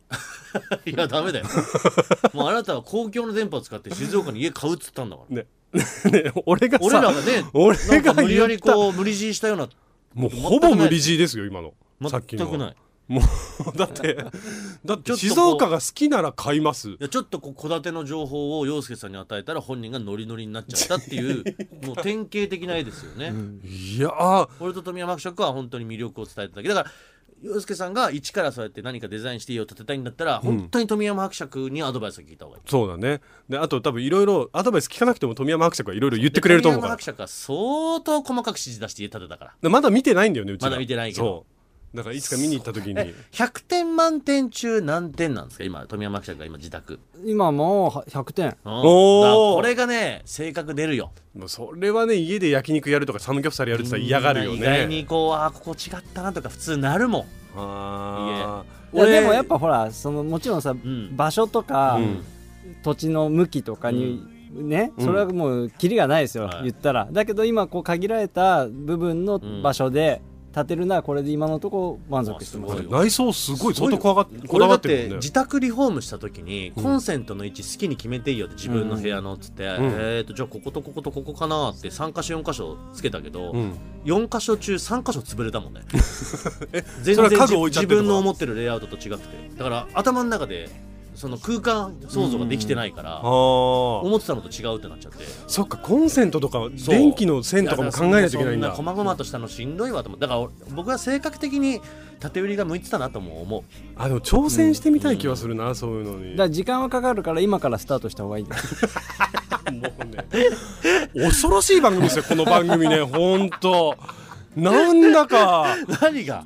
[SPEAKER 2] いやダメ (laughs) だよもうあなたは公共の電波を使って静岡に家買うっつったんだから
[SPEAKER 3] ね (laughs) ね俺がさ
[SPEAKER 2] (laughs) 俺らがね
[SPEAKER 3] 俺
[SPEAKER 2] なん
[SPEAKER 3] が
[SPEAKER 2] か無理や
[SPEAKER 3] 言っ
[SPEAKER 2] り
[SPEAKER 3] た
[SPEAKER 2] こう無理強いしたような
[SPEAKER 3] もうほぼ無理強いですよ今のさっきの
[SPEAKER 2] 全く (laughs) ない
[SPEAKER 3] もう (laughs) だってだっ
[SPEAKER 2] ち
[SPEAKER 3] て
[SPEAKER 2] ょっとこう
[SPEAKER 3] 静岡が好きなら買います
[SPEAKER 2] いやちょっとこう戸建ての情報を洋介さんに与えたら本人がノリノリになっちゃったって (laughs) いうもう典型的な絵ですよね、
[SPEAKER 3] いやー
[SPEAKER 2] 俺と富山伯爵は本当に魅力を伝えただけだから洋介さんが一からそうやって何かデザインして家を建てたいんだったら、本当に富山伯爵にアドバイスを聞いた方がいい
[SPEAKER 3] そうだねであと多分いろいろアドバイス聞かなくても富山伯爵はいろいろ言ってくれると思う
[SPEAKER 2] で
[SPEAKER 3] か
[SPEAKER 2] 富
[SPEAKER 3] ら
[SPEAKER 2] 山伯爵は相当細かく指示出して家建てたから
[SPEAKER 3] でまだ見てないんだよねうちら
[SPEAKER 2] まだ見てないけど
[SPEAKER 3] そうだからいつか見に行った時に
[SPEAKER 2] 100点満点中何点なんですか今富山伯爵が今自宅
[SPEAKER 4] 今もうは100点
[SPEAKER 2] うん
[SPEAKER 3] おー
[SPEAKER 2] だからこれがね性格出るよ
[SPEAKER 3] もうそれはね家で焼肉やるとかサムギョプサルやるって言ったら嫌がるよね
[SPEAKER 2] みんな意外にこうあーここ違ったなとか普通なるもん
[SPEAKER 3] あ
[SPEAKER 4] いやでもやっぱほらそのもちろんさ、
[SPEAKER 2] ん
[SPEAKER 4] 場所とか、
[SPEAKER 3] うん
[SPEAKER 4] 土地の向きとかに、ねそれはもうキリがないですよ、
[SPEAKER 2] はい
[SPEAKER 4] 言ったらだけど今こう限られた部分の場所で建てるならこれで今のとこ満足してます
[SPEAKER 2] あすごいよ
[SPEAKER 3] 内装すごい相当こわがこだ
[SPEAKER 2] これ
[SPEAKER 3] わ
[SPEAKER 2] だ
[SPEAKER 3] っ
[SPEAKER 2] って
[SPEAKER 3] る
[SPEAKER 2] て
[SPEAKER 3] もんね
[SPEAKER 2] 自宅リフォームした時にコンセントの位置好きに決めていいよって自分の部屋のっつって、
[SPEAKER 3] ん
[SPEAKER 2] えー、とじゃあこことこことここかなって3箇所4箇所つけたけど、
[SPEAKER 3] うん
[SPEAKER 2] 4箇所中3箇所潰れた
[SPEAKER 3] (laughs)
[SPEAKER 2] もんね全
[SPEAKER 3] それは
[SPEAKER 2] 然
[SPEAKER 3] 家具置いちゃってと
[SPEAKER 2] 自
[SPEAKER 3] か
[SPEAKER 2] 分の思ってるレイアウトと違くてだから頭の中でその空間想像ができてないから、
[SPEAKER 3] あー
[SPEAKER 2] 思ってたのと違うってなっちゃって
[SPEAKER 3] そっかコンセントとか
[SPEAKER 2] そう
[SPEAKER 3] 電気の線とかも考えないといけないんだ
[SPEAKER 2] やだからそんな細々としたのしんどいわと思うだから俺僕は性格的に縦売りが向いてたなとも思う (laughs)
[SPEAKER 3] あでも挑戦してみたい気はするな、そういうのに
[SPEAKER 4] だから時間はかかるから今からスタートした方がいいです
[SPEAKER 3] もうね恐ろしい番組ですよこの番組ね本当なんだか
[SPEAKER 2] 何が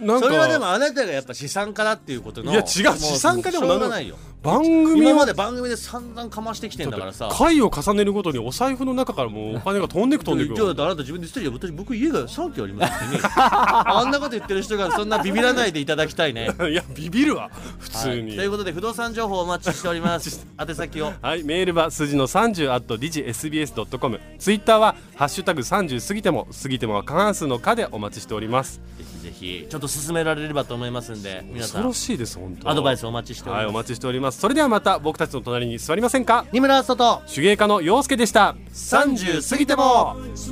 [SPEAKER 3] なんか
[SPEAKER 2] それはでもあなたがやっぱ資産家だっていうことの
[SPEAKER 3] いや違う
[SPEAKER 2] も
[SPEAKER 3] 資産家でも
[SPEAKER 2] し
[SPEAKER 3] な
[SPEAKER 2] ょ
[SPEAKER 3] ん
[SPEAKER 2] う
[SPEAKER 3] で
[SPEAKER 2] が
[SPEAKER 3] も
[SPEAKER 2] ないよ
[SPEAKER 3] 番組
[SPEAKER 2] 今ま
[SPEAKER 3] は
[SPEAKER 2] で番組で散々かましてきてんだからさ
[SPEAKER 3] 回を重ねるごとにお財布の中からもうお金が飛んでく飛んでく
[SPEAKER 2] じゃあだってあなた自分で言ってるよ私僕家が3軒あります
[SPEAKER 3] (laughs)
[SPEAKER 2] ってねあんなこと言ってる人がそんなビビらないでいただきたいね、
[SPEAKER 3] いやビビるわ (laughs) 普
[SPEAKER 2] は
[SPEAKER 3] 通
[SPEAKER 2] い、
[SPEAKER 3] に、
[SPEAKER 2] ということで不動産情報お待ちしております宛先を
[SPEAKER 3] はい、メールは数字の30 at digisbs.com ツイッターは「ハッシュタグ #30 過ぎても過ぎても」は過半数の「か」でお待ちしております
[SPEAKER 2] ぜひぜひちょっと進められればと思いますんで皆さ
[SPEAKER 3] 恐
[SPEAKER 2] ん
[SPEAKER 3] ろしいです本当
[SPEAKER 2] アドバイスお待ちしており
[SPEAKER 3] はい
[SPEAKER 2] ま
[SPEAKER 3] お
[SPEAKER 2] す、
[SPEAKER 3] 待ちしておりますそれではまた僕たちの隣に座りませんか
[SPEAKER 2] 二村外
[SPEAKER 3] 手芸家の陽介でした
[SPEAKER 2] 30過ぎても
[SPEAKER 5] 「す